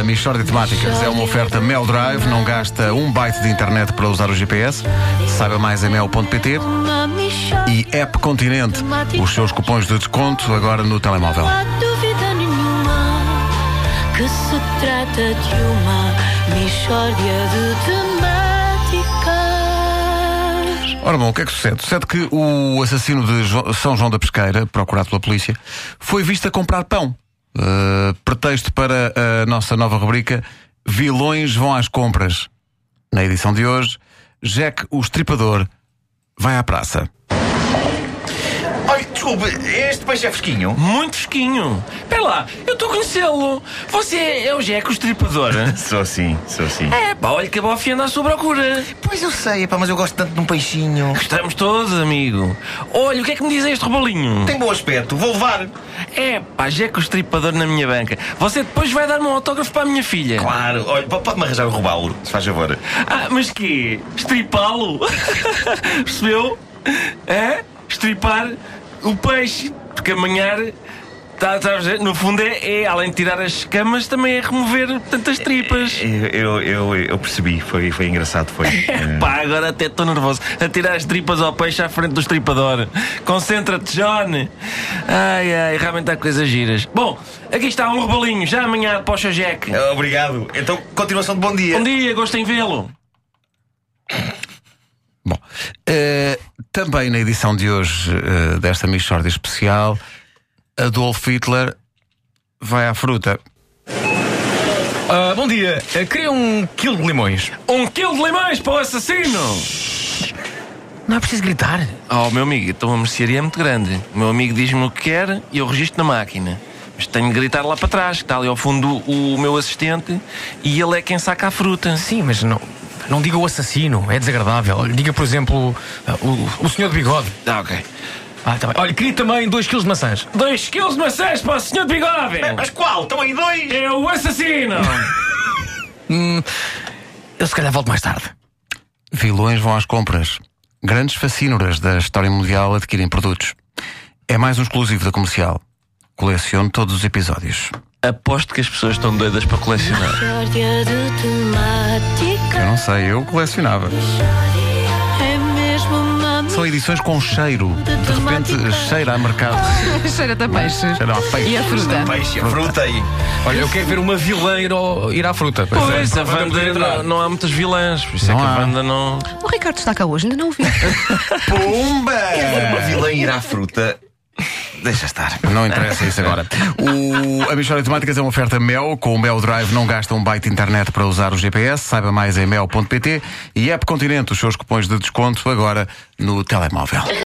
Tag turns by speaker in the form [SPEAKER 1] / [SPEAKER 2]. [SPEAKER 1] A Michórdia de Temáticas é uma oferta Mel Drive, não gasta um byte de internet para usar o GPS. Saiba mais em mel.pt e App Continente, os seus cupons de desconto agora no telemóvel.
[SPEAKER 2] Não há dúvida nenhuma que se trata de uma mistória de temáticas.
[SPEAKER 1] Ora bom, o que é que sucede? Sucede que o assassino de Jo- São João da Pesqueira, procurado pela polícia, foi visto a comprar pão. Uh, pretexto para a nossa nova rubrica Vilões vão às compras. Na edição de hoje, Jack o Estripador vai à praça.
[SPEAKER 3] Ai, desculpe, este peixe é fresquinho.
[SPEAKER 4] Muito fresquinho. Pera lá, eu estou a conhecê-lo. Você é o Jeco o Estripador?
[SPEAKER 3] Sou sim, sou assim. sim.
[SPEAKER 4] é, pá, olha que a bofia anda à sua procura.
[SPEAKER 3] Pois eu sei, epá, mas eu gosto tanto de um peixinho.
[SPEAKER 4] Gostamos todos, amigo. Olha, o que é que me diz este rebolinho?
[SPEAKER 3] Tem bom aspecto, vou levar.
[SPEAKER 4] É, pá, Jeco o Estripador na minha banca. Você depois vai dar-me um autógrafo para a minha filha.
[SPEAKER 3] Claro, olha, po- pode-me arranjar o robalo, se faz favor.
[SPEAKER 4] Ah, mas quê? Estripá-lo? Percebeu? É? Estripar o peixe. Porque amanhar. Tá, tá, no fundo é, é, além de tirar as escamas, também é remover tantas tripas.
[SPEAKER 3] Eu, eu, eu, eu percebi, foi, foi engraçado, foi. Eh,
[SPEAKER 4] Pá, agora até estou nervoso. A tirar as tripas ao peixe à frente do estripador. Concentra-te, John. Ai, ai, realmente há coisas giras. Bom, aqui está um rebolinho, já amanhã para o seu Jack.
[SPEAKER 3] Obrigado. Então, continuação de bom dia.
[SPEAKER 4] Bom dia, gosto em vê-lo.
[SPEAKER 1] Bom, eh, também na edição de hoje eh, desta Michórdia especial, Adolf Hitler vai à fruta.
[SPEAKER 5] Ah, bom dia, Ah, queria um quilo de limões.
[SPEAKER 4] Um quilo de limões para o assassino.
[SPEAKER 5] Não é preciso gritar.
[SPEAKER 4] Oh, meu amigo, então a mercearia é muito grande. O meu amigo diz-me o que quer e eu registro na máquina. Mas tenho de gritar lá para trás, que está ali ao fundo o, o meu assistente e ele é quem saca a fruta.
[SPEAKER 5] Sim, mas não, não diga o assassino, é desagradável. Diga, por exemplo, ah, o, o senhor de bigode.
[SPEAKER 4] Ah, ok.
[SPEAKER 5] Ah, tá bem. Olha, queria também dois quilos de maçãs.
[SPEAKER 4] Dois quilos de maçãs para o senhor de bigode.
[SPEAKER 3] Mas qual? Estão aí dois?
[SPEAKER 4] É o assassino!
[SPEAKER 5] Hum, Eu se calhar volto mais tarde.
[SPEAKER 1] Vilões vão às compras. Grandes fascínoras da história mundial adquirem produtos. É mais um exclusivo da comercial. Colecione todos os episódios.
[SPEAKER 4] Aposto que as pessoas estão doidas para colecionar.
[SPEAKER 2] Mistória de temáticas.
[SPEAKER 1] Eu não sei, eu colecionava.
[SPEAKER 2] É mesmo uma
[SPEAKER 1] São edições com cheiro. De repente cheira a mercado.
[SPEAKER 6] Cheira-te a peixes.
[SPEAKER 1] Cheira a peixe.
[SPEAKER 6] E a fruta.
[SPEAKER 3] Peixe, fruta aí.
[SPEAKER 5] Olha, eu quero ver uma vilã ir, ao- ir à fruta.
[SPEAKER 4] Pois, a Wanda não, não há muitas vilãs, por isso
[SPEAKER 1] Não
[SPEAKER 4] é que
[SPEAKER 1] há.
[SPEAKER 4] a Wanda não.
[SPEAKER 6] O Ricardo está cá hoje, ainda não o vi.
[SPEAKER 3] Uma
[SPEAKER 1] Pumba!
[SPEAKER 3] vilã ir à fruta. Deixa estar.
[SPEAKER 1] Não interessa isso agora. O, a Michórdia de Temáticas é uma oferta Mel. Com o Mel Drive não gasta um byte de internet para usar o GPS. Saiba mais em mel.pt e App Continente, os seus cupons de desconto agora no telemóvel.